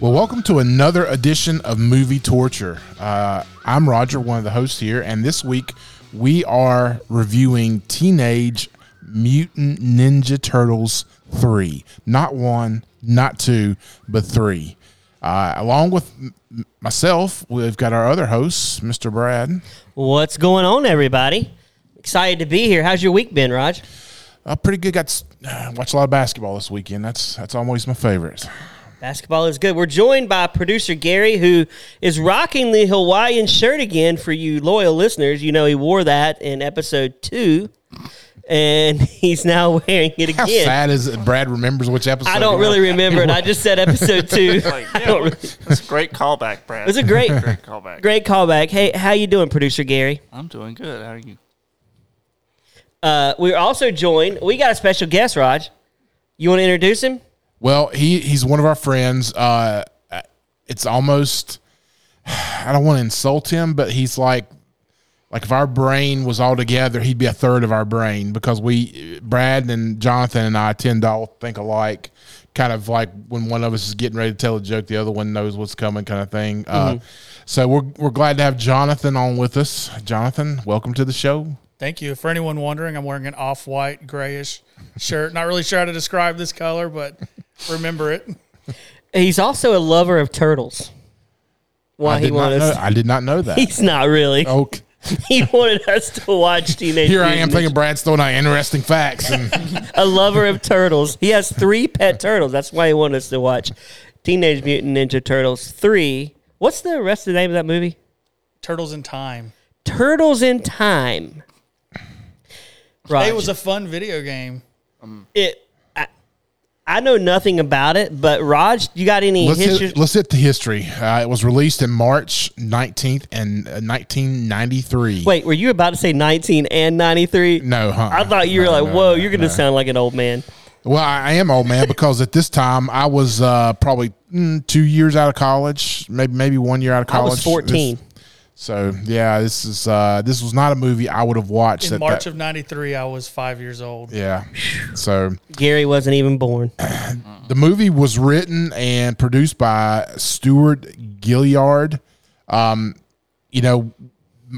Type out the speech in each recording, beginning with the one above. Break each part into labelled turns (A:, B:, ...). A: Well, welcome to another edition of Movie Torture. Uh, I'm Roger, one of the hosts here, and this week we are reviewing Teenage Mutant Ninja Turtles 3. Not one, not two, but three. Uh, along with m- m- myself, we've got our other host, Mr. Brad.
B: What's going on, everybody? Excited to be here. How's your week been, Raj?
A: Uh, pretty good. Got s- uh, watched a lot of basketball this weekend. That's that's always my favorite.
B: Basketball is good. We're joined by producer Gary, who is rocking the Hawaiian shirt again for you loyal listeners. You know, he wore that in episode two, and he's now wearing it
A: How
B: again.
A: sad is it? Brad remembers which episode.
B: I
A: it
B: don't
A: was?
B: really remember it. I just said episode two.
C: Like,
B: I
C: yeah,
B: don't really-
C: that's a great callback, Brad.
B: It was a great,
C: great callback.
B: great callback. Hey, how you doing, producer Gary?
C: I'm doing good. How are you?
B: Uh, we're also joined. We got a special guest, Raj. You want to introduce him?
A: Well, he he's one of our friends. Uh, it's almost I don't want to insult him, but he's like like if our brain was all together, he'd be a third of our brain because we Brad and Jonathan and I tend to all think alike. Kind of like when one of us is getting ready to tell a joke, the other one knows what's coming, kind of thing. Uh, so we're we're glad to have Jonathan on with us. Jonathan, welcome to the show.
D: Thank you. For anyone wondering, I'm wearing an off white, grayish shirt. Not really sure how to describe this color, but remember it.
B: He's also a lover of turtles. Why
A: I
B: Oh, he
A: did not
B: wanted
A: know.
B: us?
A: I did not know that.
B: He's not really.
A: Okay.
B: He wanted us to watch Teenage
A: Here I am
B: Mutant
A: thinking Brad's throwing out interesting facts and
B: Ninja- A lover of turtles. He has three pet turtles. That's why he wanted us to watch Teenage Mutant Ninja Turtles three. What's the rest of the name of that movie?
D: Turtles in Time.
B: Turtles in Time. Right.
D: It was a fun video game.
B: it. I, I know nothing about it, but Raj, you got any
A: Let's
B: history?
A: hit, let's hit the history. Uh, it was released in March 19th and uh, 1993.
B: Wait, were you about to say 19 and 93?
A: No, huh?
B: I thought you were
A: No,
B: like,
A: no,
B: whoa,
A: no,
B: you're going to
A: no.
B: sound like an old man.
A: Well, I I am old man because at this time I was uh, probably mm, two years out of college, maybe maybe one year out of
B: I
A: college.
B: was 14.
A: This- so yeah, this is uh, this was not a movie I would have watched
D: In
A: at
D: March
A: that-
D: of 93, I was five years old.
A: yeah. So
B: Gary wasn't even born.
A: the movie was written and produced by Stuart Gilliard. Um, you know,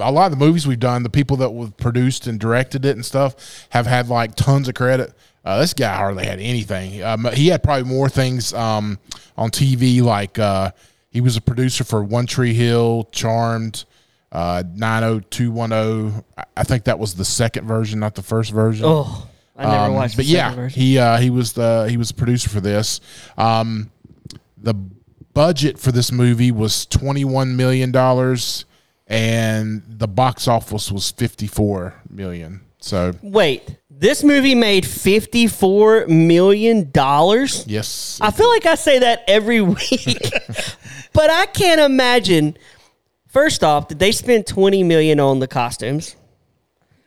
A: a lot of the movies we've done, the people that were produced and directed it and stuff have had like tons of credit. Uh, this guy hardly had anything. Um, he had probably more things um, on TV, like uh, he was a producer for One Tree Hill, Charmed, uh, 90210. oh. I- I think that was the second version, not the first version.
B: Oh, I never
A: Um,
B: watched the
A: but yeah,
B: second version.
A: he uh, he was the he was the producer for this. Um, the budget for this movie was twenty one million dollars, and the box office was fifty four million. So
B: Wait, this movie made $54 million?
A: yes,
B: I feel like I say that every week, but I can't imagine. First off, did they spend 20 million on the costumes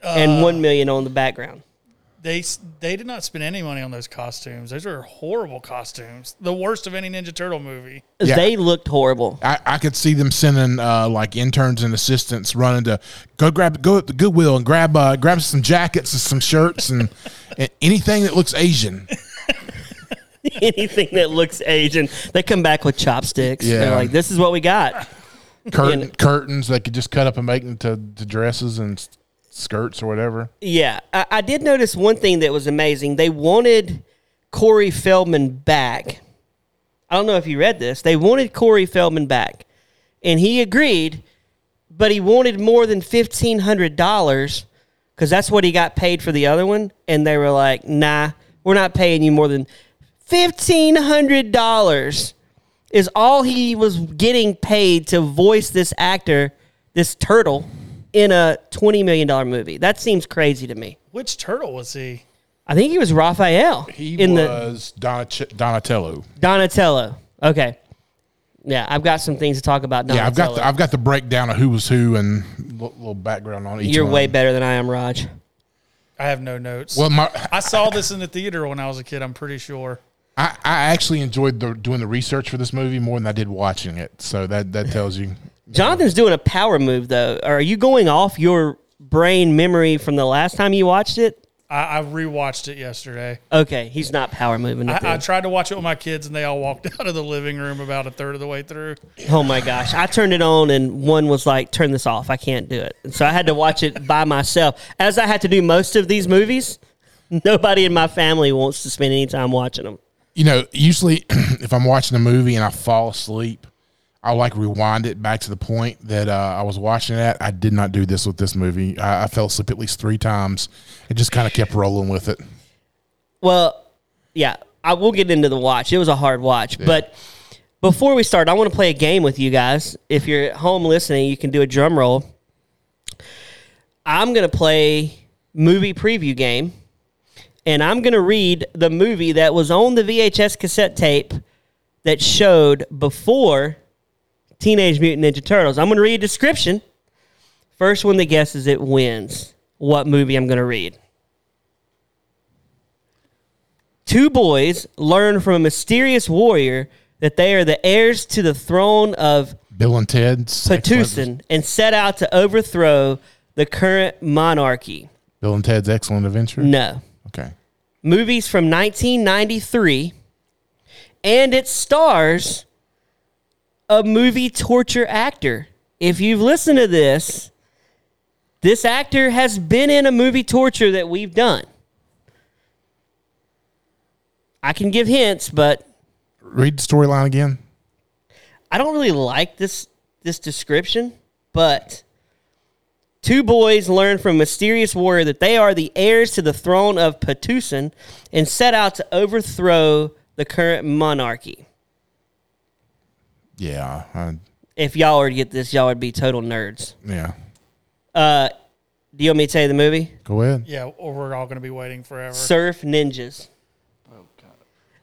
A: Uh,
B: and 1 million on the background?
D: They s- they did not spend any money on those costumes. Those are horrible costumes. The worst of any Ninja Turtle movie.
A: yeah.
B: They looked horrible.
A: I, I could see them sending uh, like interns and assistants running to go grab go at the Goodwill and grab uh, grab some jackets and some shirts and, and anything that looks Asian.
B: Anything that looks Asian, they come back with chopsticks. They're
A: Yeah.
B: like, this is what we got.
A: Curtain,
B: You know-
A: curtains they could just cut up and make into to dresses and s- skirts or whatever.
B: Yeah, I, I did notice one thing that was amazing. They wanted Corey Feldman back. I don't know if you read this. They wanted Corey Feldman back, and he agreed, but he wanted more than fifteen hundred dollars because that's what he got paid for the other one. And they were like, "Nah, we're not paying you more than fifteen hundred dollars." Is all he was getting paid to voice this actor, this turtle, in a twenty million dollar movie? That seems crazy to me.
D: Which turtle was he?
B: I think he was Raphael
A: He
B: in the
A: was Donat- Donatello.
B: Donatello. Okay. Yeah, I've got some things to talk about. Donatello.
A: Yeah, I've got the, I've got the breakdown of who was who and a little background on each.
B: You're
A: one.
B: way better than I am, Raj.
D: I have no notes.
A: Well, my,
D: I saw this in the theater when I was a kid, I'm pretty sure.
A: I, I actually enjoyed the, doing the research for this movie more than I did watching it. So that that tells you.
B: Jonathan's doing a power move though. Are you going off your brain memory from the last time you watched it?
D: I, I rewatched it yesterday.
B: Okay, he's not power moving. At the
D: I, I
B: end.
D: tried to watch it with my kids, and they all walked out of the living room about a third of the way through.
B: oh my gosh, I turned it on and one was like, "Turn this off, I can't do it." And so I had to watch it by myself, as I had to do most of these movies. Nobody in my family wants to spend any time watching them.
A: you know, usually if I'm watching a movie and I fall asleep, I'll like rewind it back to the point that uh, I was watching it at. I did not do this with this movie. I, I fell asleep at least three times and just kind of kept rolling with it.
B: Well, yeah, I will get into the watch. It was a hard watch, but before we start, I want to play a game with you guys. If you're at home listening, you can do a drum roll. I'm going to play movie preview game, and I'm going to read the movie that was on the VHS cassette tape that showed before Teenage Mutant Ninja Turtles. I'm going to read a description. First one that guesses it wins. What movie I'm going to read? Two boys learn from a mysterious warrior that they are the heirs to the throne of
A: Bill and Ted's Excellent-
B: Patusan and set out to overthrow the current monarchy.
A: Bill and Ted's Excellent Adventure.
B: No.
A: Okay.
B: Movies from 1993, and it stars a movie torture actor. If you've listened to this, this actor has been in a movie torture that we've done. I can give hints, but
A: Read the storyline again.
B: I don't really like this this description, but two boys learn from a mysterious warrior that they are the heirs to the throne of Patusan and set out to overthrow the current monarchy.
A: Yeah. I,
B: If y'all were to get this, y'all would be total nerds.
A: yeah.
B: Do you want me to tell you the movie?
A: Go ahead.
D: Yeah, or we're all going to be waiting forever.
B: Surf Ninjas.
C: Oh,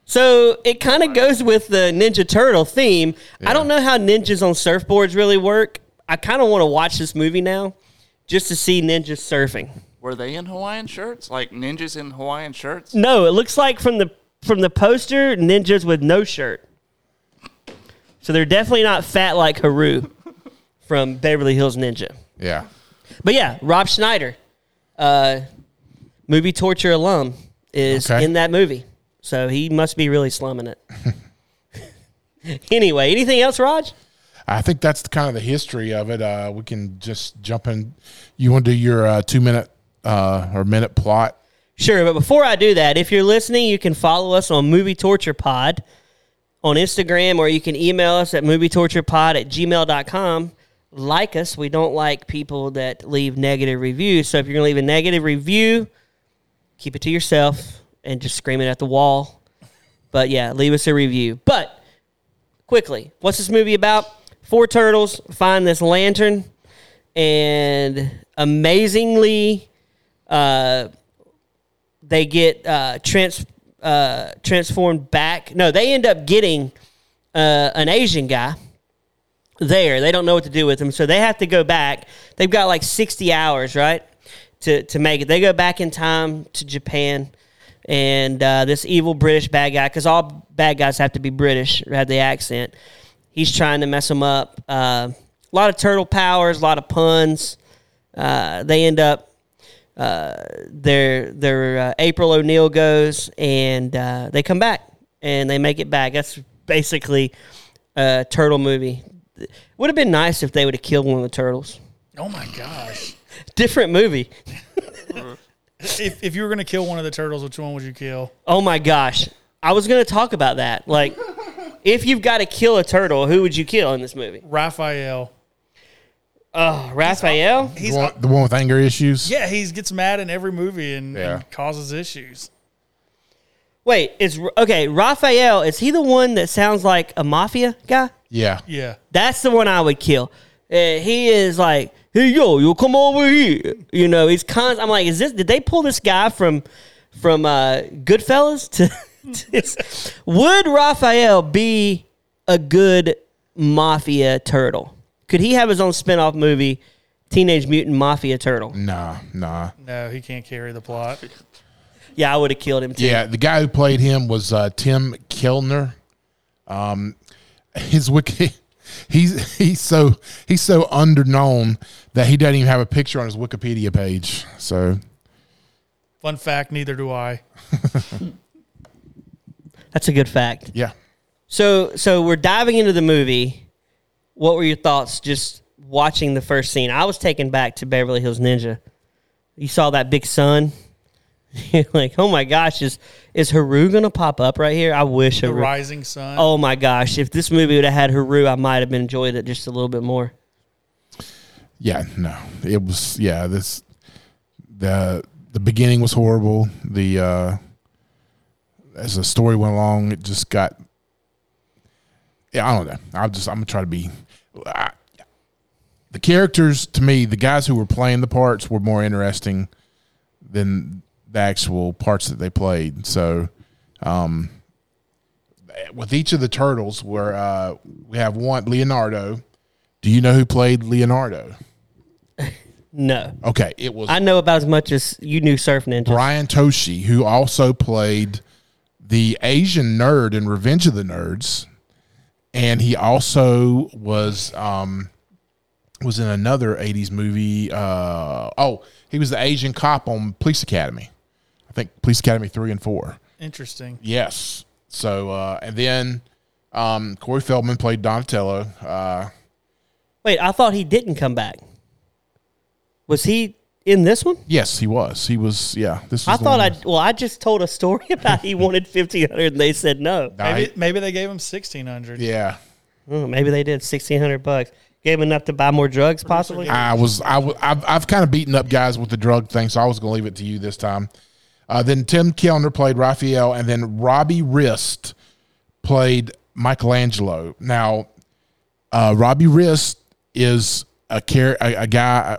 B: So it kind of goes with the Ninja Turtle theme. I don't know how ninjas on surfboards really work. I kind of want to watch this movie now just to see ninjas surfing.
C: Were they in Hawaiian shirts? Like ninjas in Hawaiian shirts?
B: No, it looks like from the from the poster, ninjas with no shirt. So they're definitely not fat like Haru from Beverly Hills Ninja.
A: Yeah.
B: But yeah, Rob Schneider, uh, movie torture alum, is
A: Okay.
B: in that movie. So he must be really slumming it. anyway, anything else, Raj?
A: I think that's the, kind of the history of it. Uh, we can just jump in. You want to do your uh, two minute uh, or minute plot?
B: Sure, but before I do that, if you're listening, you can follow us on Movie Torture Pod on Instagram, or you can email us at movietorturepod at gmail.com. Like us. We don't like people that leave negative reviews. So if you're going to leave a negative review, keep it to yourself and just scream it at the wall. But yeah, leave us a review. But quickly, what's this movie about? Four turtles find this lantern and amazingly uh, they get uh, trans uh, transformed back. No, they end up getting uh, an Asian guy there. They don't know what to do with him, so they have to go back. They've got like sixty hours, right, to to make it. They go back in time to Japan, and uh, this evil British bad guy, because all bad guys have to be British, have the accent. He's trying to mess them up. Uh, a lot of turtle powers, a lot of puns. Uh, they end up Uh, their their uh, April O'Neil goes, and uh, they come back and they make it back. That's basically a turtle movie. Would have been nice if they would have killed one of the turtles.
D: Oh my gosh!
B: Different movie.
D: if, if you were going to kill one of the turtles, which one would you kill?
B: Oh my gosh, I was gonna talk about that. Like, if you've got to kill a turtle, who would you kill in this movie?
D: Raphael.
B: Oh, Raphael.
A: The
D: He's uh,
A: one, the one with anger issues?
D: yeah, he gets mad in every movie and,
A: Yeah.
D: and causes issues.
B: Wait, is okay. Raphael is he the one that sounds like a mafia guy?
A: Yeah.
D: Yeah,
B: That's the one I would kill. Uh, he is like, hey yo, you come over here. You know, he's con. I'm like, is this? Did they pull this guy from from uh, Goodfellas to? to this? Would Raphael be a good mafia turtle? Could he have his own spin-off movie, Teenage Mutant Mafia Turtle?
A: Nah, nah.
D: no, he can't carry the plot.
B: Yeah, I would have killed him too.
A: Yeah, the guy who played him was uh, Tim Kellner. Um, his wiki, he's he's so he's so underknown that he doesn't even have a picture on his Wikipedia page. So
D: Fun fact: Neither do I.
B: That's a good fact.
A: Yeah.
B: So so we're diving into the movie. What were your thoughts just watching the first scene? I was taken back to Beverly Hills Ninja. You saw that big sun. You're like, oh my gosh, is is Haru gonna pop up right here? I wish
D: The
B: Haru.
D: Rising Sun.
B: Oh my gosh, if this movie would have had Haru, I might have enjoyed it just a little bit more.
A: Yeah, no. It was yeah, this the the beginning was horrible. The uh as the story went along, it just got Yeah, I don't know. I'll just I'm going to try to be I- the characters to me, the guys who were playing the parts were more interesting than the actual parts that they played. So um with each of the turtles where uh we have one Leonardo. Do you know who played Leonardo?
B: No,
A: Okay, it was
B: I know about as much as you knew Surf Ninja.
A: Brian Toshi, who also played the Asian nerd in Revenge of the Nerds, and he also was um, was in another '80s movie. Uh, oh, he was the Asian cop on Police Academy, I think Police Academy three and four.
D: Interesting.
A: Yes. So uh, and then um, Corey Feldman played Donatello. Uh,
B: Wait, I thought he didn't come back. Was he in this one?
A: yes, he was. He was. Yeah, this. Was
B: I
A: the
B: thought
A: one-
B: I well, I just told a story about he wanted fifteen hundred and they said no.
D: Maybe, maybe they gave him sixteen hundred.
A: Yeah.
B: Oh, maybe they did sixteen hundred bucks. Gave him enough to buy more drugs, possibly.
A: I was I was I've, I've kind of beaten up guys with the drug thing, so I was going to leave it to you this time. Uh, then Tim Kellner played Raphael, and then Robbie Wrist played Michelangelo. Now, uh, Robbie Wrist is a care a, a guy,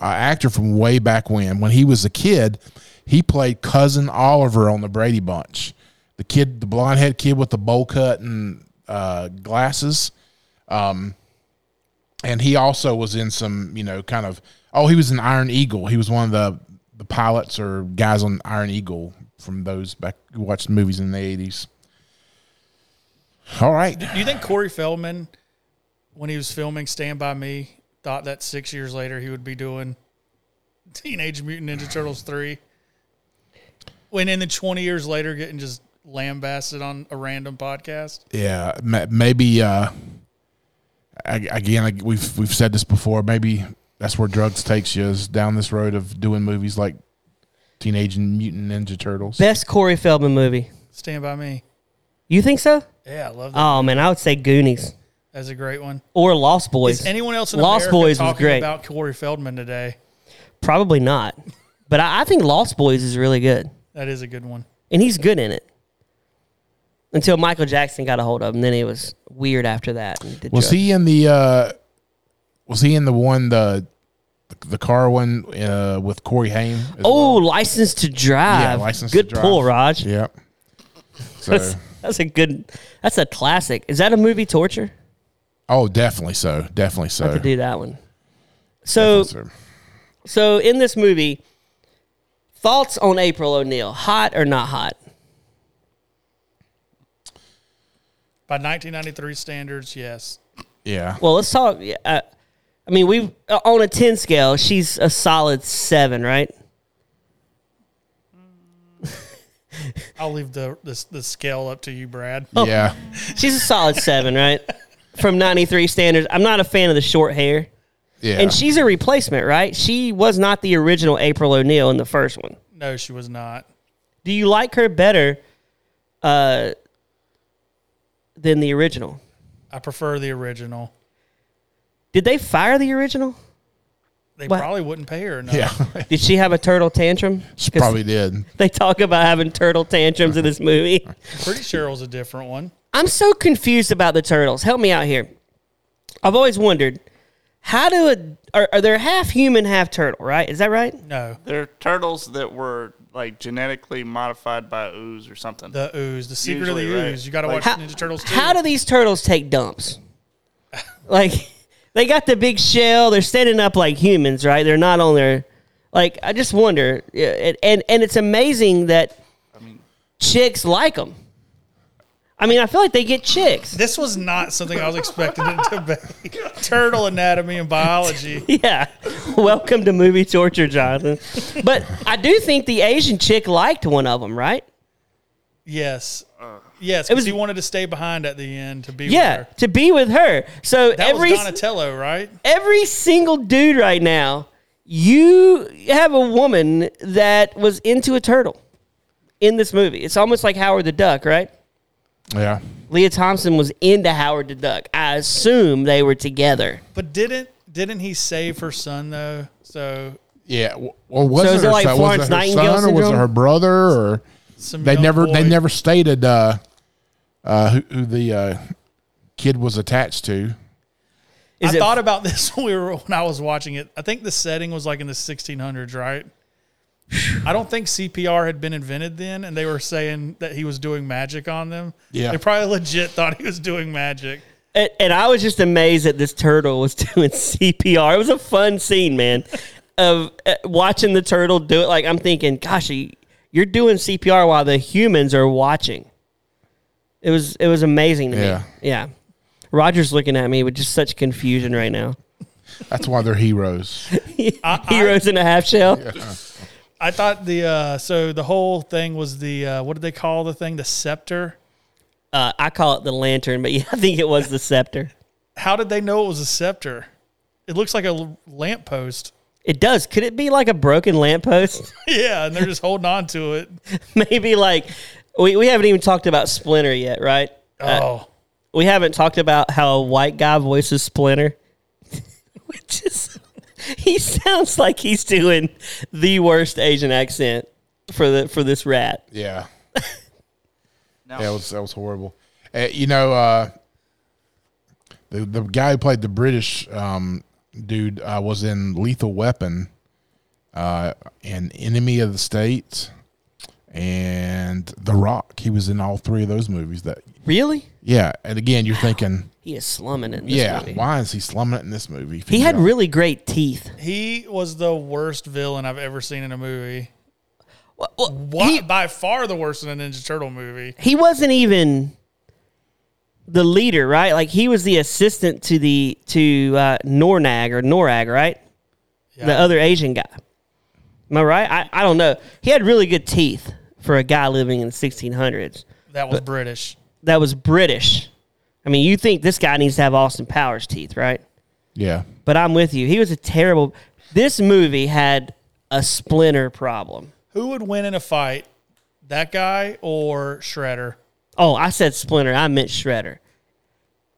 A: a, a actor from way back when. When he was a kid, he played cousin Oliver on the Brady Bunch, the kid, the blonde head kid with the bowl cut and uh, glasses and he also was in some you know kind of oh he was an iron eagle he was one of the the pilots or guys on iron eagle from those back who watched movies in the 80s all right
D: Do you think Corey Feldman, when he was filming Stand By Me, thought that six years later he would be doing Teenage Mutant Ninja Turtles 3? When in the 20 years later, getting just lambasted on a random podcast?
A: yeah ma- maybe uh ag- again like we've we've said this before maybe that's where drugs takes you is down this road of doing movies like teenage mutant ninja turtles
B: Best Corey Feldman movie.
D: Stand By Me.
B: You think so?
D: Yeah, I love that.
B: Oh man, I would say Goonies
D: That's a great one.
B: or Lost Boys.
D: Is anyone else in
B: Lost
D: America
B: Boys was
D: talking
B: great.
D: about Corey Feldman today?
B: Probably not, but I, I think Lost Boys is really good,
D: That is a good one.
B: and he's good in it. Until Michael Jackson got a hold of him, then he was weird after that. and did
A: was
B: drugs.
A: he in the uh was he in the one the the car one uh with corey haim as
B: Oh, license to drive.
A: Yeah, License to
B: good
A: Drive.
B: pull, Raj.
A: Yep. So,
B: That's, that's a good. That's a classic. Is that a movie torture?
A: oh, definitely so. Definitely
B: I
A: so.
B: have to do that one. So,
A: So,
B: so in this movie, thoughts on April O'Neil? Hot or not hot?
D: By 1993 standards, yes.
A: yeah.
B: Well, let's talk. Uh, I mean, we uh, on a ten scale, she's a solid seven, right?
D: I'll leave the, the, the scale up to you, Brad.
B: Uh,
A: Yeah.
B: She's a solid seven, right? From ninety three standards, I'm not a fan of the short hair,
A: Yeah.
B: and she's a replacement, right? She was not the original April O'Neil in the first one.
D: No, she was not.
B: Do you like her better uh, than the original?
D: I prefer the original.
B: Did they fire the original?
D: They
B: What?
D: probably wouldn't pay her enough.
A: yeah.
B: Did she have a turtle tantrum?
A: she probably did.
B: They talk about having turtle tantrums in this movie.
D: Pretty sure it was a different one.
B: I'm so confused about the turtles. Help me out here. I've always wondered how do a, are, are they half human, half turtle? Right? Is that right?
D: No,
C: They're turtles that were like genetically modified by ooze or something.
D: the ooze, the secret of
C: Usually,
D: the
C: right.
D: ooze. You got to
C: Like-
D: watch
B: How,
D: Ninja Turtles. Too.
B: how do these turtles take dumps? like they got the big shell. They're standing up like humans, right? They're not on their like. I just wonder, yeah, and and, and it's amazing that
C: I mean,
B: chicks like them. I mean, I feel like they get chicks.
D: This was not something I was expecting to debate. Turtle anatomy and biology.
B: Yeah. Welcome to movie torture, Jonathan. But I do think the Asian chick liked one of them, right?
D: Yes.
C: Uh.
D: Yes,
B: was-
D: because he wanted to stay behind at the end to be
B: Yeah,
D: with her.
B: to be with her. So
D: That
B: every
D: was Donatello, right?
B: every single dude right now, you have a woman that was into a turtle in this movie. It's almost like Howard the Duck, right?
A: Yeah.
B: Leah Thompson was into Howard the Duck. I assume they were together.
D: But didn't didn't he save her son though? So
A: Yeah. w- Well, wasn't
B: is it
A: her
B: like
A: son,
B: Florence
A: was it her
B: Nightingale
A: son or was it
B: syndrome?
A: her brother or
D: some
A: they
D: young
A: never they
D: boy-
A: never stated uh, uh, who, who the uh, kid was attached to.
B: Is
D: I
B: it-
D: thought about this when we were when I was watching it. I think the setting was like in the 1600s, right? I don't think CPR had been invented then, and they were saying that he was doing magic on them.
A: Yeah.
D: they probably legit thought he was doing magic.
B: And, and I was just amazed that this turtle was doing CPR. It was a fun scene, man, of uh, watching the turtle do it. Like I'm thinking, gosh, he- you're doing CPR while the humans are watching. It was it was amazing to
A: Yeah.
B: me. Yeah. Roger's looking at me with just such confusion right now.
A: That's why they're heroes.
B: Heroes in a half shell.
D: I thought the uh, so the whole thing was the uh, what did they call the thing? The scepter.
B: Uh, I call it the lantern, but yeah, I think it was the scepter.
D: How did they know it was a scepter? It looks like a l- lamppost.
B: It does. Could it be like a broken lamppost?
D: Yeah, and they're just holding on to it.
B: Maybe like we, we haven't even talked about Splinter yet, right?
D: Oh,
B: we haven't talked about how a white guy voices Splinter, which is he sounds like he's doing the worst Asian accent for the for this rat.
A: Yeah.
C: No.
A: That was that was horrible. Uh, you know, uh, the the guy who played the British um, dude uh, was in Lethal Weapon, uh, and Enemy of the State, and The Rock. He was in all three of those movies. That
B: Really?
A: yeah, and again, you're thinking,
B: He is slumming in this
A: yeah,
B: movie.
A: why is he slumming it in this movie?
B: He had
A: Yeah.
B: really great teeth.
D: he was the worst villain I've ever seen in a movie.
B: Well, well,
D: Why,
B: He,
D: by far the worst in a Ninja Turtle movie.
B: he wasn't even the leader, right? Like he was the assistant to the to uh, Nornag or Norag, right? The other Asian guy. Am I right? I, I don't know. He had really good teeth for a guy living in the 1600s.
D: That was British.
B: that was British. I mean, you think this guy needs to have Austin Powers teeth, right?
A: yeah.
B: But I'm with you. He was a terrible. This movie had a splinter problem.
D: Who would win in a fight, that guy or Shredder?
B: Oh, I said splinter. I meant Shredder.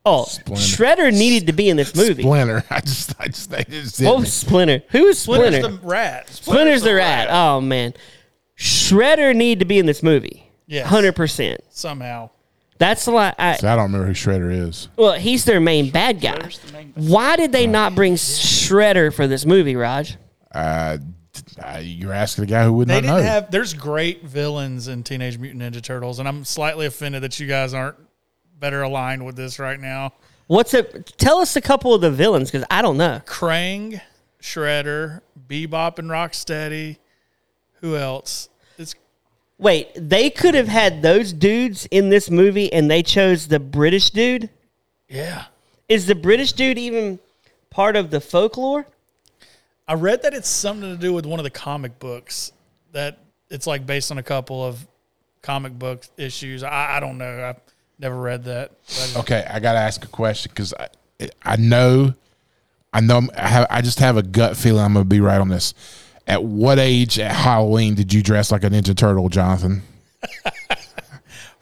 B: Oh,
A: Splinter.
B: Shredder needed to be in this movie.
A: Splinter. I just, I just, they just hit
B: Oh,
A: me.
B: Splinter. Who is Splinter?
D: Splinter's
B: Splinter's
D: the rat.
B: the, rat. Oh man, Shredder need to be in this movie.
D: Yes.
B: hundred percent.
D: Somehow.
B: That's like I,
A: So I don't remember who Shredder is.
B: well, he's their main bad guy.
C: Shredder's the main bad
B: Why did they not bring Shredder for this movie, Raj?
A: Uh, d- uh, you're asking a guy who would
D: They
A: not
D: didn't
A: know.
D: have there's great villains in Teenage Mutant Ninja Turtles, and I'm slightly offended that you guys aren't better aligned with this right now.
B: What's it? Tell us a couple of the villains because I don't know.
D: Krang, Shredder, Bebop and Rocksteady. Who else? It's
B: Wait, they could have had those dudes in this movie, and they chose the British dude.
D: yeah.
B: Is the British dude even part of the folklore?
D: I read that it's something to do with one of the comic books that it's like based on a couple of comic book issues. I, I don't know. I've never read that. But
A: Okay, I gotta ask a question because I, I know, I know, I'm- I have, I just have a gut feeling I'm gonna be right on this. At what age at Halloween did you dress like a Ninja Turtle, Jonathan?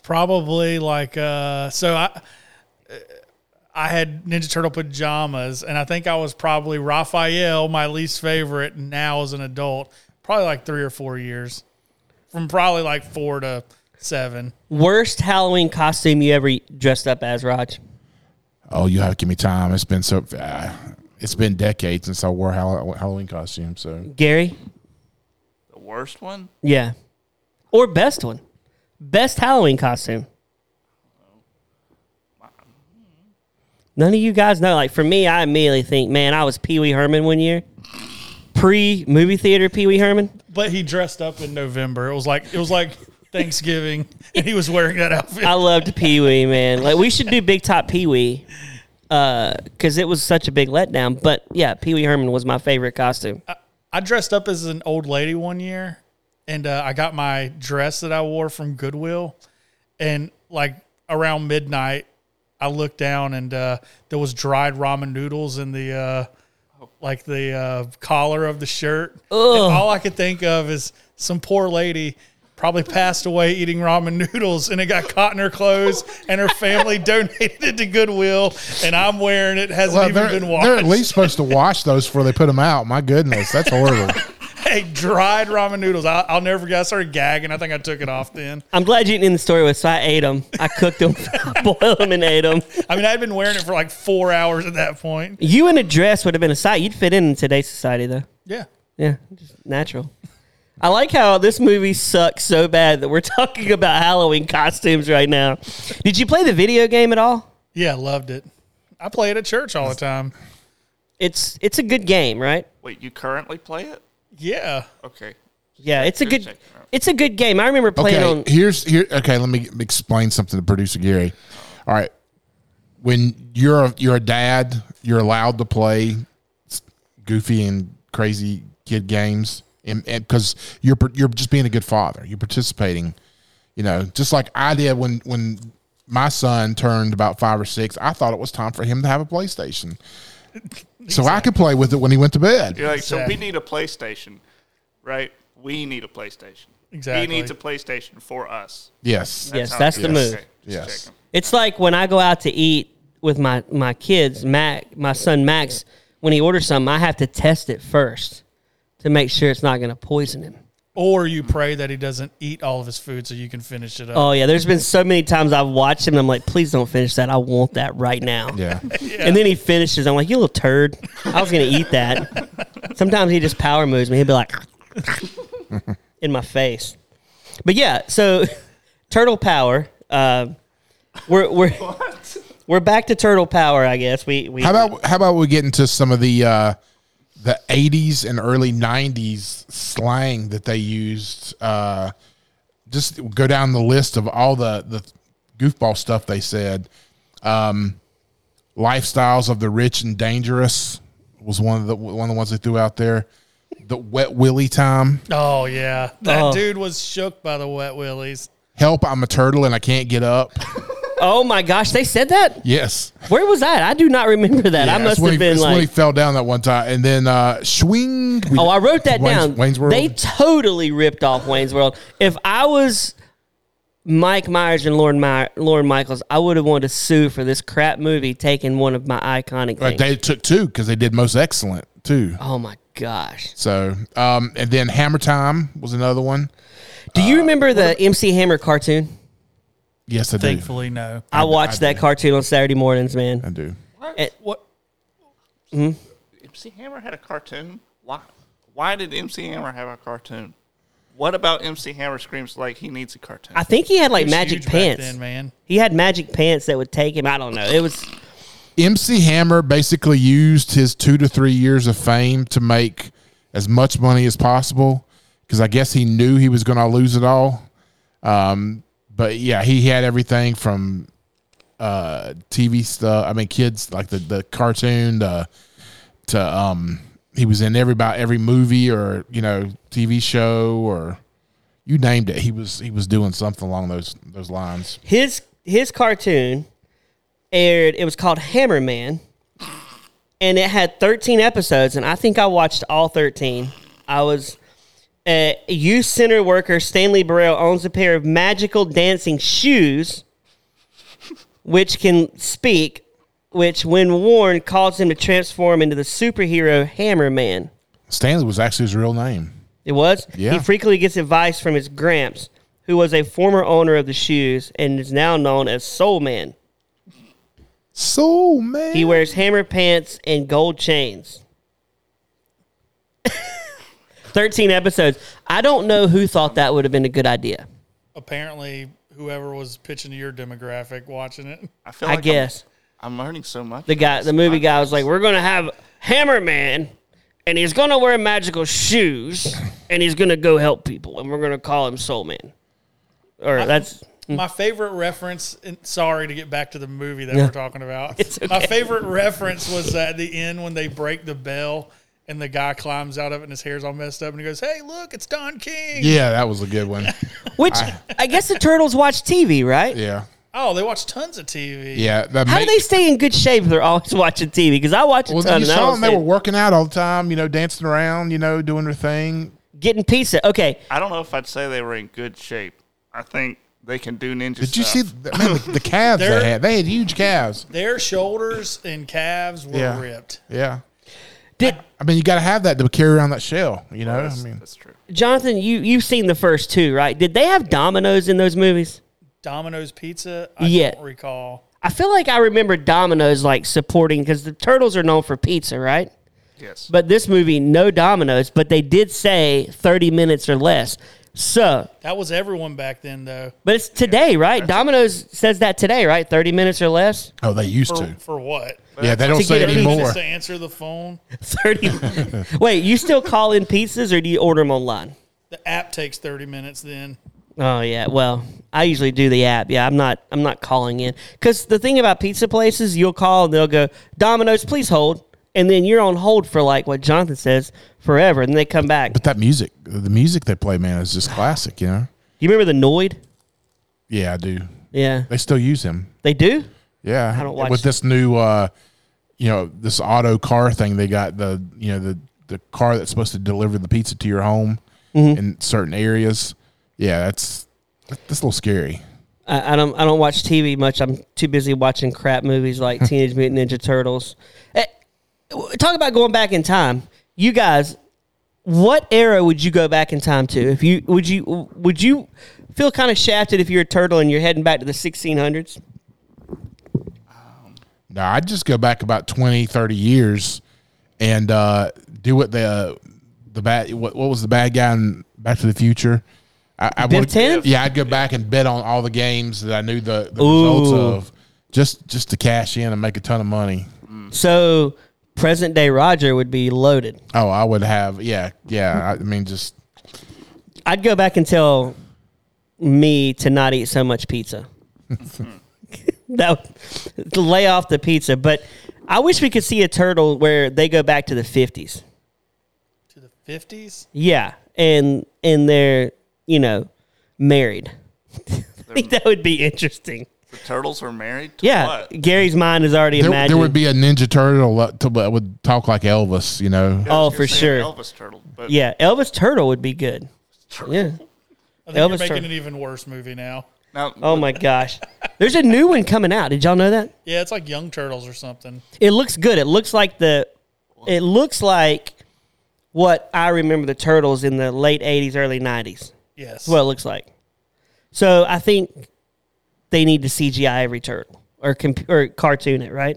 D: probably like uh, so. I I had Ninja Turtle pajamas, and I think I was probably Raphael, my least favorite. Now as an adult, probably like three or four years, from probably like four to seven.
B: Worst Halloween costume you ever dressed up as, Raj?
A: Oh, you have to give me time. It's been so, uh, it's been decades since I wore a Hall- Halloween costume. So
B: Gary?
C: The worst one?
B: Yeah. Or best one? Best Halloween costume? None of you guys know. Like for me, I immediately think, man, I was Pee Wee Herman one year, pre movie theater Pee Wee Herman.
D: But he dressed up in November. It was like it was like Thanksgiving, and he was wearing that outfit.
B: I loved Pee Wee, man. Like we should do Big Top Pee Wee, because it was such a big letdown. But yeah, Pee Wee Herman was my favorite costume.
D: I dressed up as an old lady one year, and uh, I got my dress that I wore from Goodwill, and like around midnight, I looked down and uh, there was dried ramen noodles in the uh, like the uh, collar of the shirt. And all I could think of is some poor lady. Probably passed away eating ramen noodles, and it got caught in her clothes. And her family donated it to Goodwill, and I'm wearing it. Hasn't
A: Well,
D: even
A: they're,
D: been washed.
A: they're at least supposed to wash those before they put them out. My goodness, that's horrible.
D: Hey, dried ramen noodles. I, I'll never forget. I started gagging. I think I took it off then.
B: I'm glad you didn't end the story with so I ate them. I cooked them, boiled them, and ate them.
D: I mean, I'd been wearing it for like four hours at that point.
B: You in a dress would have been a sight. You'd fit in, in today's society, though.
D: Yeah.
B: Yeah, just natural. I like how this movie sucks so bad that we're talking about Halloween costumes right now. Did you play the video game at all?
D: Yeah, loved it. I play it at church all the time.
B: It's it's a good game, right?
C: Wait, you currently play it?
D: Yeah.
C: Okay.
B: Yeah, it's a
C: Just
B: good
C: checking out.
B: it's a good game. I remember playing
A: Okay,
B: on
A: here's here. Okay, let me explain something to producer Gary. All right, when you're a, you're a dad, you're allowed to play s- goofy and crazy kid games, and because you're par- you're just being a good father, you're participating. You know, just like I did when when my son turned about five or six, I thought it was time for him to have a PlayStation. So I could play with it when he went to bed.
C: You're like, so we
D: Exactly.
C: need a PlayStation, right? We need a PlayStation.
D: Exactly.
C: He needs a PlayStation for us.
A: Yes.
B: Yes,
C: how-
B: that's the move.
C: just
A: Yes.
C: checking.
B: It's like when I go out to eat with my my kids, Mac, my son Max, when he orders something, I have to test it first to make sure it's not going to poison him.
D: Or you pray that he doesn't eat all of his food so you can finish it up.
B: Oh yeah, there's been so many times I've watched him and I'm like, please don't finish that. I want that right now.
A: Yeah.
B: And then he finishes. I'm like, you little turd. I was gonna eat that. Sometimes he just power moves me. He'd be like in my face. But yeah, so turtle power. Uh, we're we're we're back to turtle power. I guess we we
A: How about how about we get into some of the uh, the eighties and early nineties slang that they used? Uh, just go down the list of all the the goofball stuff they said. Um, lifestyles of the rich and dangerous was one of the one of the ones they threw out there. The wet willy time.
D: Oh, yeah. That
B: Oh.
D: dude was shook by the wet willies.
A: Help! I'm a turtle and I can't get up.
B: oh my gosh, they said that.
A: Yes.
B: Where was that? I do not remember that. I
A: Yeah,
B: must
A: that's when
B: have
A: he-
B: been
A: that's when he
B: like.
A: fell down that one time, and then uh, swing.
B: Oh, I wrote that
A: Wayne's-
B: down.
A: Wayne's World.
B: They totally ripped off Wayne's World. If I was Mike Myers and Lauren, My- Lauren Michaels, I would have wanted to sue for this crap movie taking one of my iconic
A: But
B: things.
A: they took two because they did most excellent too.
B: oh my gosh!
A: So, um, and then Hammer Time was another one.
B: Do you remember the MC Hammer cartoon?
A: Yes, I do.
D: Thankfully, no.
B: I watched that cartoon on Saturday mornings,
A: I
B: man.
A: do.
D: What?
B: Hmm?
C: MC Hammer had a cartoon. Why? Why did MC Hammer have a cartoon? What about MC Hammer screams like he needs a cartoon?
B: I think he had like
D: It was
B: magic
D: huge back
B: pants.
D: then, man.
B: He had magic pants that would take him. I don't know. It was
A: MC Hammer basically used his two to three years of fame to make as much money as possible because I guess he knew he was going to lose it all. Um, but yeah, he had everything from uh, TV stuff. I mean, kids like the the cartoon to, to um, he was in every about every movie or you know TV show or you named it. He was he was doing something along those those lines.
B: his his cartoon aired it was called hammerman and it had 13 episodes and i think i watched all 13 i was a youth center worker stanley burrell owns a pair of magical dancing shoes which can speak which when worn caused him to transform into the superhero hammerman
A: Stanley was actually his real name.
B: it was.
A: Yeah.
B: He frequently gets advice from his gramps, who was a former owner of the shoes and is now known as Soul Man.
A: So man,
B: He wears hammer pants and gold chains. 13 episodes. I don't know who thought that would have been a good idea.
D: Apparently, whoever was pitching to your demographic watching it.
C: I feel
B: I
C: like I'm-
B: guess.
C: I'm, learning so much.
B: The guy, the movie guy was like, "We're going to have Hammer Man and he's going to wear magical shoes and he's going to go help people and we're going to call him Soul Man." or that's
D: My favorite reference, and sorry to get back to the movie that
B: Yeah.
D: we're talking about.
B: It's okay.
D: My favorite reference was at the end when they break the bell and the guy climbs out of it and his hair's all messed up and he goes, Hey, look, it's Don King.
A: Yeah, that was a good one.
B: which I, guess the turtles watch TV, right?
A: Yeah,
D: Oh, they watch tons of TV.
A: yeah. That
B: How
A: ma-
B: do they stay in good shape if they're always watching TV? Because I watch a
A: Well,
B: ton
A: you
B: and I
A: saw
B: don't
A: them. They
B: stay-
A: were working out all the time. You know, dancing around. You know, doing their thing.
B: getting pizza. Okay,
C: I don't know if I'd say they were in good shape. I think they can do ninja
A: Did you
C: stuff.
A: see the, man, the, the calves they
D: They're-
A: had? They had huge calves.
D: Their shoulders and calves were
A: Yeah.
D: ripped.
A: Yeah.
B: did
A: I mean, you got to have that to carry around that shell. You know,
C: That's,
A: I mean,
C: that's true.
B: Jonathan? You you've seen the first two, right? Did they have dominoes in those movies?
D: Domino's Pizza, I
B: Yeah.
D: don't recall.
B: I feel like I remember Domino's like supporting because the turtles are known for pizza, right?
C: Yes.
B: But this movie, no Domino's, but they did say thirty minutes or less. So,
D: That was everyone back then, though.
B: but it's today, right? Domino's says that today, right? Thirty minutes or less.
A: oh, they used
D: For,
A: to.
D: for what?
A: Yeah, they don't
B: To
A: say
B: get it
A: anymore.
D: Just to answer the phone.
B: Thirty. Wait, you still call in pizzas or do you order them online?
D: The app takes 30 minutes then.
B: Oh yeah, well, I usually do the app. Yeah, I'm not I'm not calling in because the thing about pizza places, you'll call and they'll go Domino's, please hold, and then you're on hold for like what Jonathan says forever, and they come back.
A: But that music, the music they play, man, is just classic. You know.
B: you remember the Noid?
A: Yeah, I do.
B: Yeah,
A: They still use him.
B: they do.
A: Yeah,
B: I don't watch-
A: with this new, uh, you know, this auto car thing. They got the you know the the car that's supposed to deliver the pizza to your home
B: Mm-hmm.
A: in certain areas. Yeah, that's that's a little scary.
B: I, I don't I don't watch TV much. I'm too busy watching crap movies like Teenage Mutant Ninja Turtles. Eh, w- Talk about going back in time. You guys, what era would you go back in time to? If you would you would you feel kind of shafted if you're a turtle and you're heading back to the 1600s?
A: No, I'd just go back about 20, 30 years and uh, do what the the bad what, what was the bad guy in Back to the Future? I, I
B: Biff
A: would-
B: Tannen?
A: Yeah, I'd go back and bet on all the games that I knew the, the
B: Ooh.
A: results of, just just to cash in and make a ton of money.
B: So present day Roger would be loaded.
A: Oh, I would have. Yeah, yeah. I, I mean, just
B: I'd go back and tell me to not eat so much pizza. that to lay off the pizza, but I wish we could see a turtle where they go back to the fifties.
D: To the 50s?
B: Yeah, and and they're you know married. I think that would be interesting.
C: The turtles are married to
B: Yeah,
C: what?
B: Gary's mind is already
A: there,
B: imagining.
A: there would be a Ninja Turtle that to- that would talk like Elvis. You know,
B: Oh,
C: You're
B: for
C: saying
B: sure.
C: Elvis turtle. But
B: yeah, Elvis Turtle would be good. Yeah.
D: I
B: Elvis
D: think you're making
B: Turner.
D: an even worse movie now.
C: Now,
B: Oh my gosh, there's a new one coming out. Did y'all know that?
D: Yeah, it's like Young Turtles or something.
B: It looks good. It looks like the it looks like what I remember the turtles in the late eighties, early nineties.
D: Yes.
B: What it looks like. So I think they need to CGI every turtle or comp- or cartoon it, right?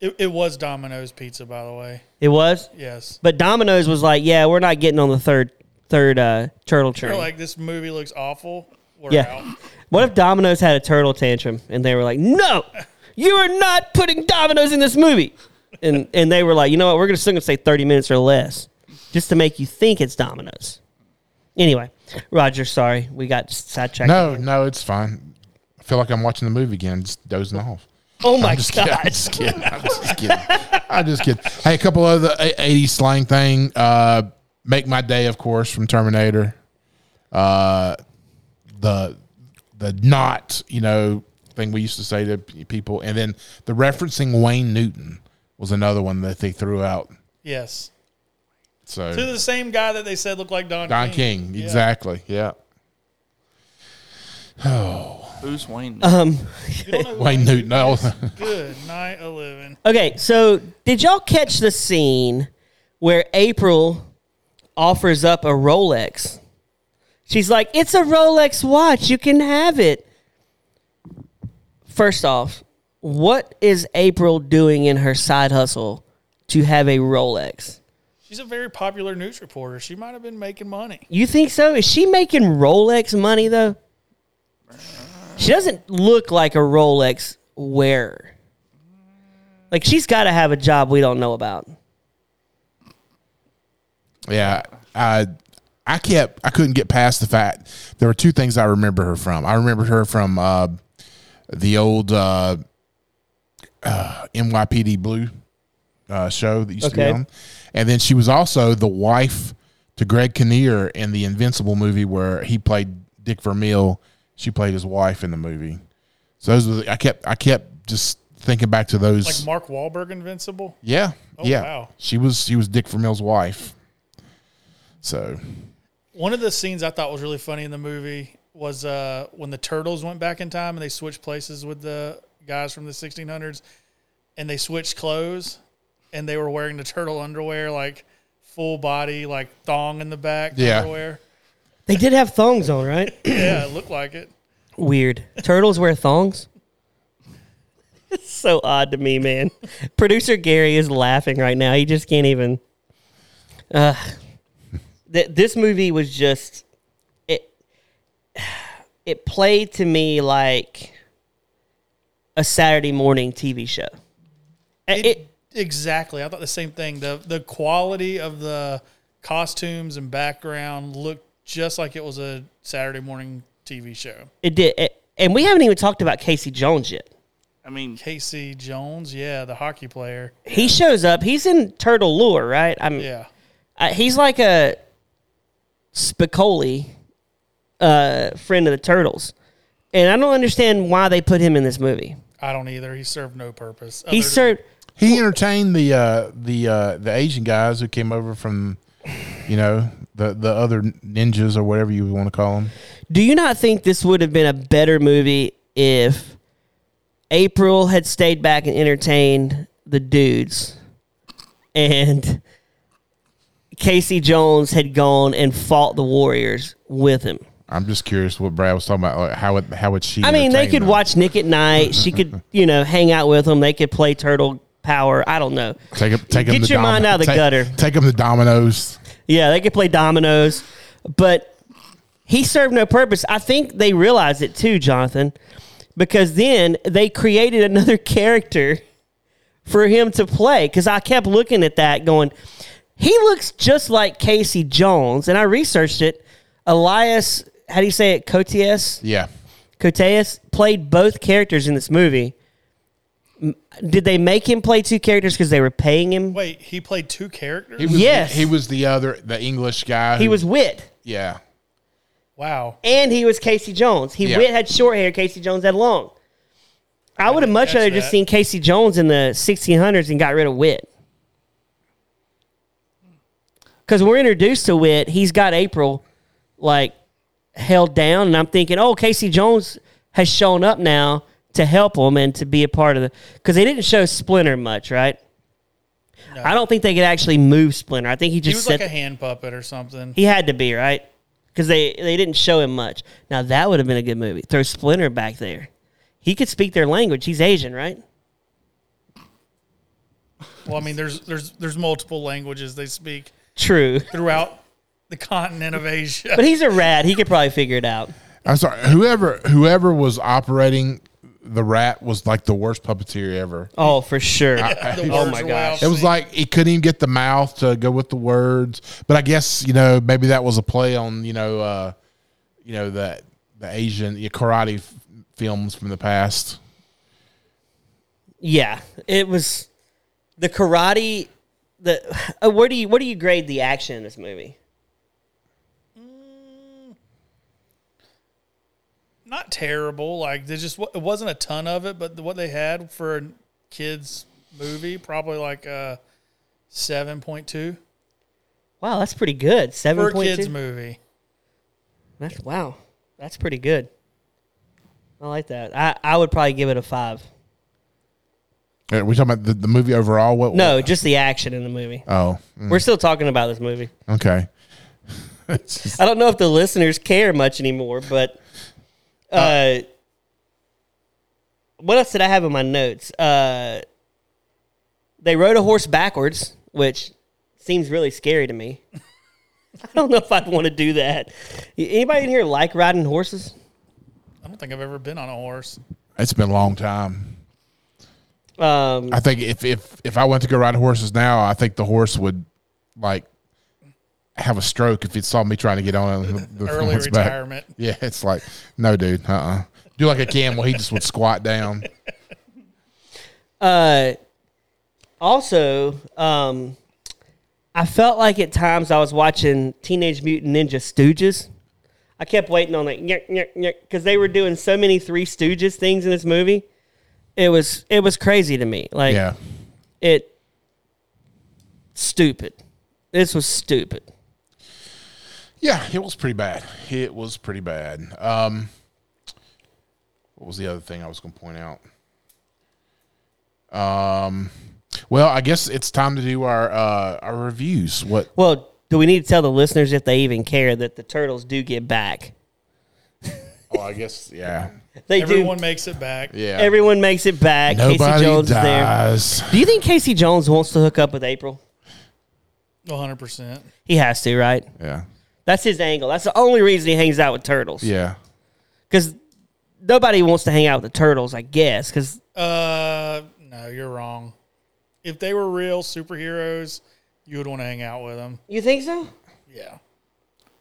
D: it, it was Domino's Pizza, by the way.
B: It was,
D: Yes.
B: but Domino's was like, "Yeah, we're not getting on the third third uh, turtle
D: They're
B: train."
D: like, this movie looks awful. We're
B: Yeah.
D: out.
B: What if Domino's had a turtle tantrum and they were like, "No, you are not putting Domino's in this movie," and and they were like, "You know what? We're gonna still gonna say thirty minutes or less, just to make you think it's Domino's." Anyway, Roger, sorry we got sidetracked.
A: no, no, it's fine. I feel like I'm watching the movie again, just dozing off.
B: oh my
A: I'm just kidding. I'm
B: god,
A: just kidding. I'm just kidding. I'm just kidding. Hey, a couple other a- 80s slang thing. Uh, make my day, of course, from Terminator. Uh, the the not, you know, thing we used to say to p- people, and then the referencing Wayne Newton was another one that they threw out.
D: Yes.
A: So
D: To the same guy that they said looked like Don,
A: Don
D: King.
A: King, exactly. Yeah,
C: who's Wayne?
B: Uh-huh.
A: Wayne Newton. No.
D: Good night, Eleven.
B: Okay, so did y'all catch the scene where April offers up a Rolex? She's like, "It's a Rolex watch. You can have it." First off, what is April doing in her side hustle to have a Rolex?
D: She's a very popular news reporter. She might have been making money.
B: You think so? Is she making Rolex money though? She doesn't look like a Rolex wearer. Like she's got to have a job we don't know about.
A: Yeah, I I kept I couldn't get past the fact there were two things I remember her from. I remembered her from uh, the old uh, uh, NYPD Blue uh, show that used
B: Okay.
A: to be on, and then she was also the wife to Greg Kinnear in the Invincible movie where he played Dick Vermeil. She played his wife in the movie. So those were the, I kept I kept just thinking back to those.
D: Like Mark Wahlberg Invincible?
A: yeah, yeah.
D: wow.
A: She was she was Dick Vermeil's wife. So
D: One of the scenes I thought was really funny in the movie was uh, when the turtles went back in time and they switched places with the guys from the 1600s, and they switched clothes, and they were wearing the turtle underwear, like full body, like thong in the back
A: Yeah.
D: underwear.
B: They did have thongs on, right?
D: Yeah, it looked like it.
B: Weird. Turtles wear thongs? It's so odd to me, man. Producer Gary is laughing right now. He just can't even. Uh, th- this movie was just it. It played to me like a Saturday morning TV show. It, it,
D: exactly. I thought the same thing. the The quality of the costumes and background looked just like it was a Saturday morning TV show.
B: it did, it, and we haven't even talked about Casey Jones yet.
C: I mean,
D: Casey Jones, yeah, the hockey player,
B: He shows up. He's in Turtle Lure, right? I'm,
D: yeah.
B: I, he's like a Spicoli uh, friend of the Turtles, and I don't understand why they put him in this movie.
D: I don't either. He served no purpose.
B: He
D: other than-
B: served.
A: He entertained the uh, the uh, the Asian guys who came over from, you know, the the other ninjas or whatever you want to call them.
B: Do you not think this would have been a better movie if April had stayed back and entertained the dudes, and Casey Jones had gone and fought the Warriors with him?
A: I'm just curious what Brad was talking about. Like how would how would she?
B: I mean, they
A: entertain
B: could
A: them?
B: watch Nick at Night. She could, you know, hang out with them. They could play Turtle Power. I don't know.
A: Take 'em- take 'em
B: Get
A: to
B: your mind out of the
A: take-
B: gutter.
A: Take them to Domino's.
B: Yeah, they could play dominoes, but he served no purpose. I think they realized it too, Jonathan, because then they created another character for him to play. Because I kept looking at that, going, he looks just like Casey Jones, and I researched it. Elias, how do you say it? Cotius,
A: Yeah,
B: Cotius played both characters in this movie. M- Did they make him play two characters because they were paying him?
D: Wait, he played two characters?
A: he was,
B: Yes.
A: he was the other the English guy.
B: He
A: who-
B: was wit.
A: yeah.
D: wow.
B: and he was Casey Jones. He
A: Yeah.
B: Witt had short hair. Casey Jones had long. I would have much
D: catch
B: rather just
D: that.
B: seen Casey Jones in the 1600s and got rid of Witt. Because we're introduced to Witt, he's got April like held down, and I'm thinking, oh, Casey Jones has shown up now to help him and to be a part of the. Because they didn't show Splinter much, right? I don't think they could actually move Splinter. I think he
D: He
B: just
D: was
B: set
D: like a hand puppet or something.
B: he had to be right because they they didn't show him much. Now that would have been a good movie. Throw Splinter back there. He could speak their language. He's Asian, right?
D: Well, I mean, there's there's there's multiple languages they speak
B: True,
D: throughout the continent of Asia.
B: but he's a rat. He could probably figure it out.
A: I'm sorry. Whoever whoever was operating the rat was like the worst puppeteer ever.
B: Oh, for sure.
D: The
B: oh
D: words
B: my
D: are
B: gosh.
A: It was
D: obscene.
A: like he couldn't even get the mouth to go with the words. But I guess you know maybe that was a play on you know uh, you know the the Asian yeah, karate f- films from the past.
B: Yeah, it was the karate. The uh, where do you where do you grade the action in this movie?
D: not terrible. Like there just wa- it wasn't a ton of it, but the- what they had for a kids movie probably like uh 7.2
B: Wow, that's pretty good.
D: for
B: Seven
D: a
B: point
D: kids
B: two.
D: movie.
B: That's wow. That's pretty good. I like that. I, I would probably give it a five.
A: Are Uh, we talking about the, the movie overall? What?
B: No, just the action in the movie.
A: Oh,
B: We're still talking about this movie.
A: okay.
B: I don't know if the listeners care much anymore, but uh, what else did I have in my notes? Uh, they rode a horse backwards, which seems really scary to me. I don't know if I'd want to do that. Y- Anybody in here like riding horses?
D: I don't think I've ever been on a horse.
A: It's been a long time.
B: Um,
A: I think if if if I went to go ride horses now, I think the horse would like have a stroke if it saw me trying to get on the, the
D: Early
A: ones back.
D: retirement.
A: Yeah, it's like no, dude. Uh, uh do like a camel. He just would squat down.
B: Uh, also, um, I felt like at times I was watching Teenage Mutant Ninja Stooges. I kept waiting on it because they were doing so many Three Stooges things in this movie. It was it was crazy to me. Like
A: Yeah,
B: it, stupid. This was stupid.
A: yeah. It was pretty bad. It was pretty bad. Um, what was the other thing I was going to point out? Um, well, I guess it's time to do our uh, our reviews. What
B: Well, do we need to tell the listeners if they even care that the turtles do get back?
A: Oh, I guess yeah,
B: They
D: Everyone
B: do.
D: makes it back.
A: yeah.
B: Everyone makes it back. Casey
A: Nobody
B: Jones is there.
A: dies.
B: Do you think Casey Jones wants to hook up with April?
D: 100%.
B: He has to, right?
A: Yeah,
B: That's his angle. That's the only reason he hangs out with turtles.
A: yeah.
B: Because nobody wants to hang out with the turtles, I guess. Because
D: Uh, no, you're wrong. If they were real superheroes, you would want to hang out with them.
B: you think so?
D: Yeah.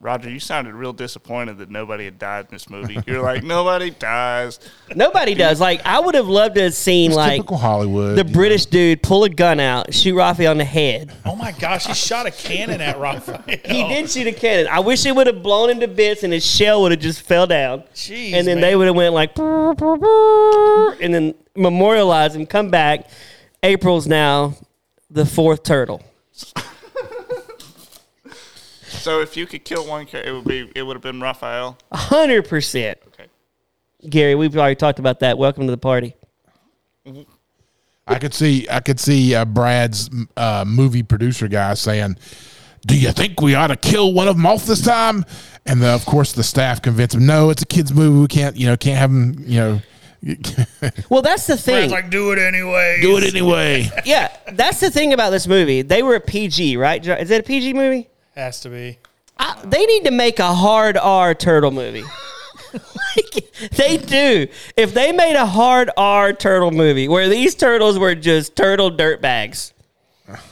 C: Roger, you sounded real disappointed that nobody had died in this movie. You're like, nobody dies.
B: Nobody does. Like I would have loved to have seen
A: It's
B: like
A: typical Hollywood.
B: the British dude pull a gun out, shoot Rafi on the head.
D: Oh my gosh, he shot a cannon at Raphael.
A: Oh.
B: He did shoot a cannon. I wish it would have blown him to bits and his shell would have just fell down.
D: Jeez,
B: and then
D: man.
B: they would have went like, "Brr, brr, brr," and then memorialize him. Come back. April's now the fourth turtle.
C: So if you could kill one character, it would be it would have been Raphael.
B: hundred percent.
C: Okay.
B: Gary, we've already talked about that. Welcome to the party.
A: I could see, I could see uh, Brad's uh, movie producer guy saying, "Do you think we ought to kill one of them off this time?" And the, of course, the staff convinced him, "No, it's a kids' movie. We can't, you know, can't have them, you know,
B: Well, that's the thing.
D: Brad's like, do it anyway.
A: do it anyway."
B: yeah, that's the thing about this movie. They were a PG, right? Jo- Is it a PG movie?
D: Has to be.
B: I, they need to make a hard R turtle movie. like, they do. If they made a hard R turtle movie where these turtles were just turtle dirtbags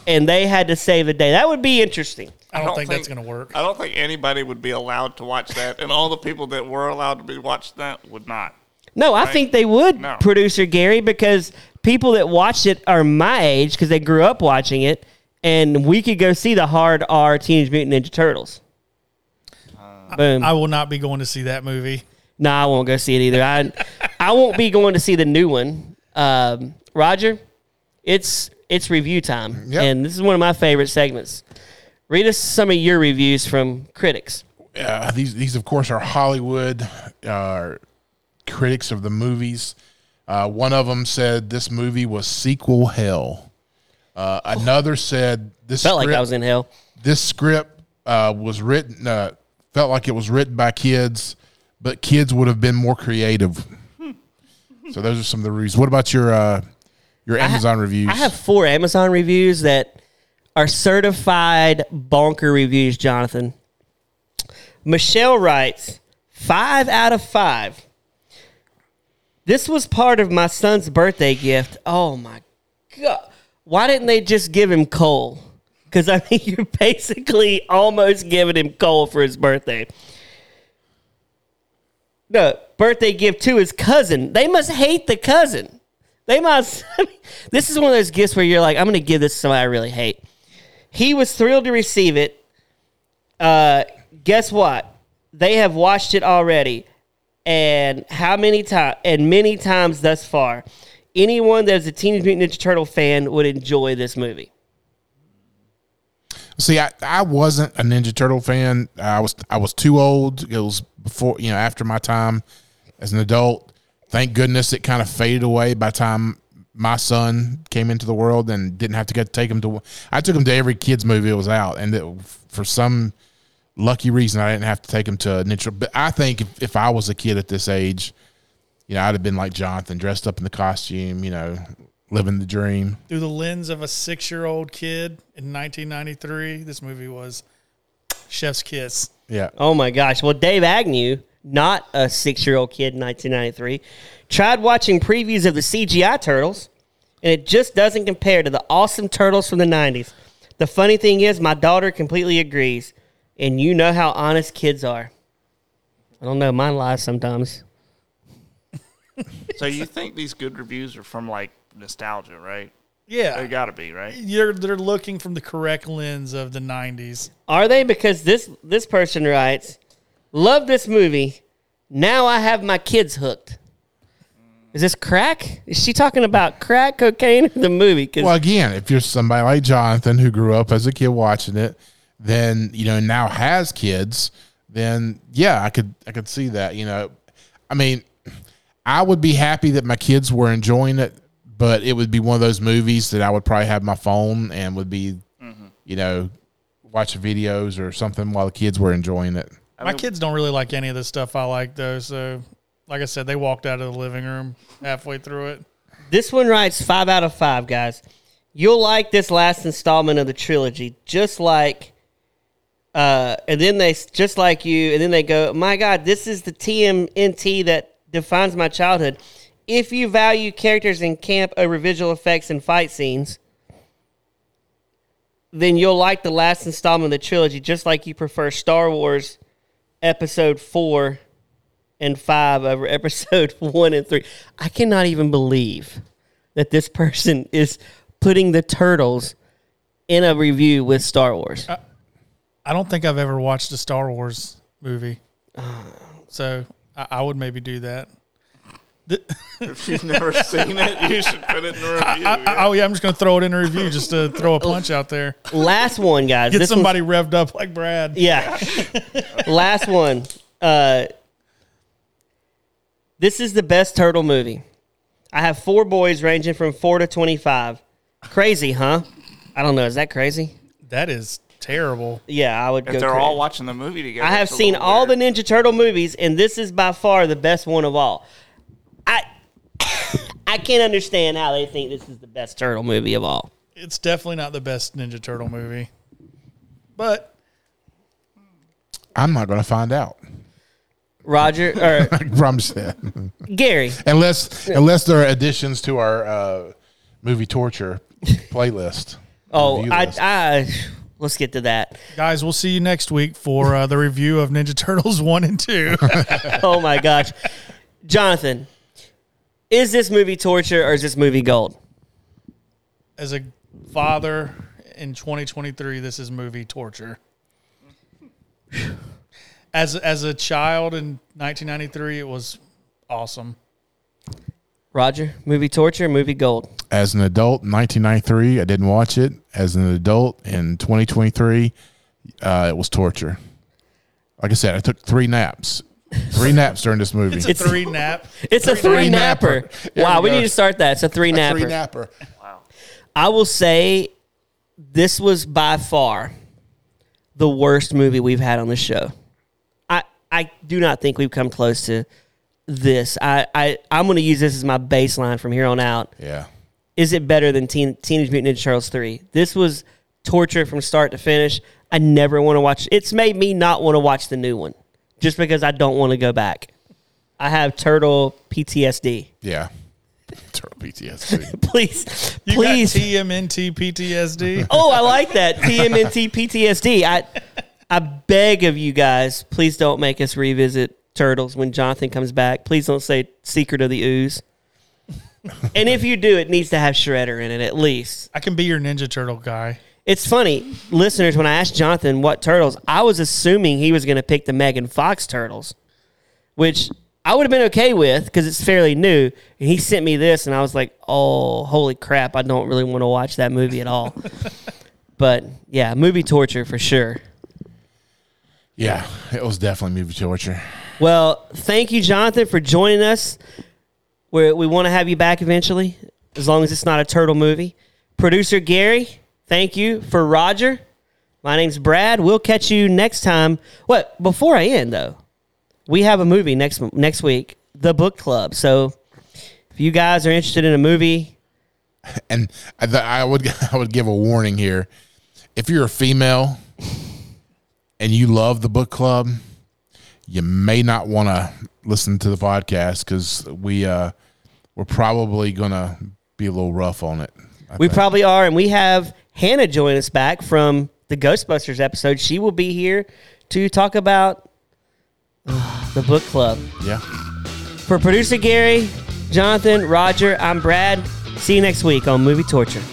B: and they had to save the day, that would be interesting.
D: I don't, think, that's going to work.
C: I don't think anybody would be allowed to watch that, and all the people that were allowed to be watched that would not.
B: No, I think they would,
C: No.
B: producer Gary, because people that watched it are my age because they grew up watching it, and we could go see the hard R Teenage Mutant Ninja Turtles. Boom.
D: I will not be going to see that movie.
B: no, I won't go see it either. I I won't be going to see the new one. Um, Roger, it's it's review time,
A: Yep.
B: and this is one of my favorite segments. Read us some of your reviews from critics.
A: uh, these these of course are Hollywood uh, critics of the movies. Uh, one of them said this movie was sequel hell. Uh, another said this
B: Felt like
A: script-
B: I was in hell.
A: this script uh, was written uh, felt like it was written by kids, but kids would have been more creative.
B: Hmm.
A: so those are some of the reviews. What about your uh, your Amazon reviews?
B: I have four Amazon reviews that are certified bonker reviews, Jonathan. Michelle writes, five out of five. This was part of my son's birthday gift. Oh my God. Why didn't they just give him coal? Because I mean, you're basically almost giving him coal for his birthday. No, birthday gift to his cousin. They must hate the cousin. They must. this is one of those gifts where you're like, I'm going to give this to somebody I really hate. He was thrilled to receive it. Uh, guess what? They have watched it already, and how many times? And many times thus far. Anyone that is a Teenage Mutant Ninja Turtle fan would enjoy this movie.
A: See, I, I wasn't a Ninja Turtle fan. I was I was too old. It was before you know after my time as an adult. Thank goodness it kind of faded away by the time my son came into the world and didn't have to go take him to. I took him to every kids movie that was out, and it, for some lucky reason, I didn't have to take him to Ninja. But I think if, if I was a kid at this age, you know, I'd have been like Jonathan, dressed up in the costume, you know, living the dream.
D: Through the lens of a six year old kid in 1993, this movie was Chef's Kiss.
A: Yeah.
B: Oh my gosh. Well, Dave Agnew, not a six year old kid in 1993, tried watching previews of the CGI Turtles, and it just doesn't compare to the awesome Turtles from the 90s. The funny thing is, my daughter completely agrees. and you know how honest kids are. I don't know. Mine lies sometimes.
C: So you think these good reviews are from like nostalgia, right? They
D: Yeah,
C: got to be, right?
D: you're they're looking from the correct lens of the '90s.
B: Are they? Because this this person writes, "Love this movie. Now I have my kids hooked." Is this crack? Is she talking about crack cocaine or the movie? 'Cause-
A: Well, again, if you're somebody like Jonathan who grew up as a kid watching it, then you know now has kids, then yeah, I could I could see that. You know, I mean, I would be happy that my kids were enjoying it, but it would be one of those movies that I would probably have my phone and would be, you know, watching videos or something while the kids were enjoying it.
D: My kids don't really like any of the stuff I like though. So, like I said, they walked out of the living room halfway through it.
B: This one writes five out of five, guys. You'll like this last installment of the trilogy, just like, uh, and then they just like you, and then they go, "My God, this is the TMNT that defines my childhood." If you value characters in camp over visual effects and fight scenes, then you'll like the last installment of the trilogy, just like you prefer Star Wars Episode Four and five over episode one and three. I cannot even believe that this person is putting the turtles in a review with Star Wars.
D: Uh, I don't think I've ever watched a Star Wars movie, so I, I would maybe do that.
C: If you've never seen it, you should put it in a review.
D: I, I, oh yeah, I'm just gonna throw it in a review just to throw a punch out there.
B: Last one, guys.
D: Get
B: This one's-
D: somebody revved up like Brad.
B: Yeah. Last one. Uh, this is the best turtle movie. I have four boys ranging from four to 25. Crazy, huh? I don't know. Is that crazy?
D: That is terrible.
B: Yeah, I would go.
C: if they're
B: cra-
C: all watching the movie together,
B: I have
C: it's a
B: seen
C: little
B: all
C: weird.
B: the Ninja Turtle movies, and this is by far the best one of all. I I can't understand how they think this is the best turtle movie of all.
D: It's definitely not the best Ninja Turtle movie, but
A: I'm not going to find out.
B: Roger or
A: I promise that.
B: Gary,
A: unless unless there are additions to our uh, movie torture playlist.
B: oh,
A: Review
B: I,
A: list.
B: I let's get to that.
D: guys, we'll see you next week for uh, the review of Ninja Turtles one and two.
B: Oh my gosh, Jonathan, is this movie torture or is this movie gold?
D: As a father in 2023, this is movie torture. As as a child in 1993, it was awesome.
B: Roger, movie torture, or movie gold.
A: As an adult in 1993, I didn't watch it. As an adult in 2023, uh, it was torture. Like I said, I took three naps, three naps during this movie.
D: It's a three nap.
B: It's a three
A: Three-napper.
B: napper.
A: There
B: Wow,
A: we
B: we
A: go.
B: need to start that. It's a three
A: three
B: napper.
A: napper.
B: I will say this was by far the worst movie we've had on the show. I I do not think we've come close to this. I, I I'm going to use this as my baseline from here on out.
A: Yeah,
B: Is it better than teen, Teenage Mutant Ninja Turtles three? This was torture from start to finish. I never want to watch. It's made me not want to watch the new one, just because I don't want to go back. I have turtle PTSD.
A: yeah. Turtle PTSD.
B: Please,
D: You
B: please
D: got TMNT PTSD.
B: Oh, I like that TMNT PTSD. I I beg of you guys, please don't make us revisit Turtles when Jonathan comes back. Please don't say Secret of the Ooze. and if you do, it needs to have Shredder in it at least.
D: I can be your Ninja Turtle guy.
B: It's funny, listeners. When I asked Jonathan what turtles, I was assuming he was going to pick the Megan Fox turtles, which I would have been okay with because it's fairly new. And he sent me this, and I was like, "Oh, holy crap! I don't really want to watch that movie at all." but yeah, movie torture for sure.
A: Yeah, it was definitely movie torture.
B: Well, thank you, Jonathan, for joining us. We're, we want to have you back eventually, as long as it's not a turtle movie. Producer Gary, thank you for Roger. My name's Brad. We'll catch you next time. What? Before I end, though, we have a movie next next week, The Book Club. So, if you guys are interested in a movie,
A: and I, th- I would I would give a warning here. If you're a female and you love the book club, you may not want to listen to the podcast because we uh, we're probably gonna be a little rough on it. I
B: we
A: think.
B: probably are, and we have Hannah join us back from the Ghostbusters episode, she will be here to talk about the book club.
A: Yeah.
B: For producer Gary, Jonathan, Roger, I'm Brad. See you next week on Movie Torture.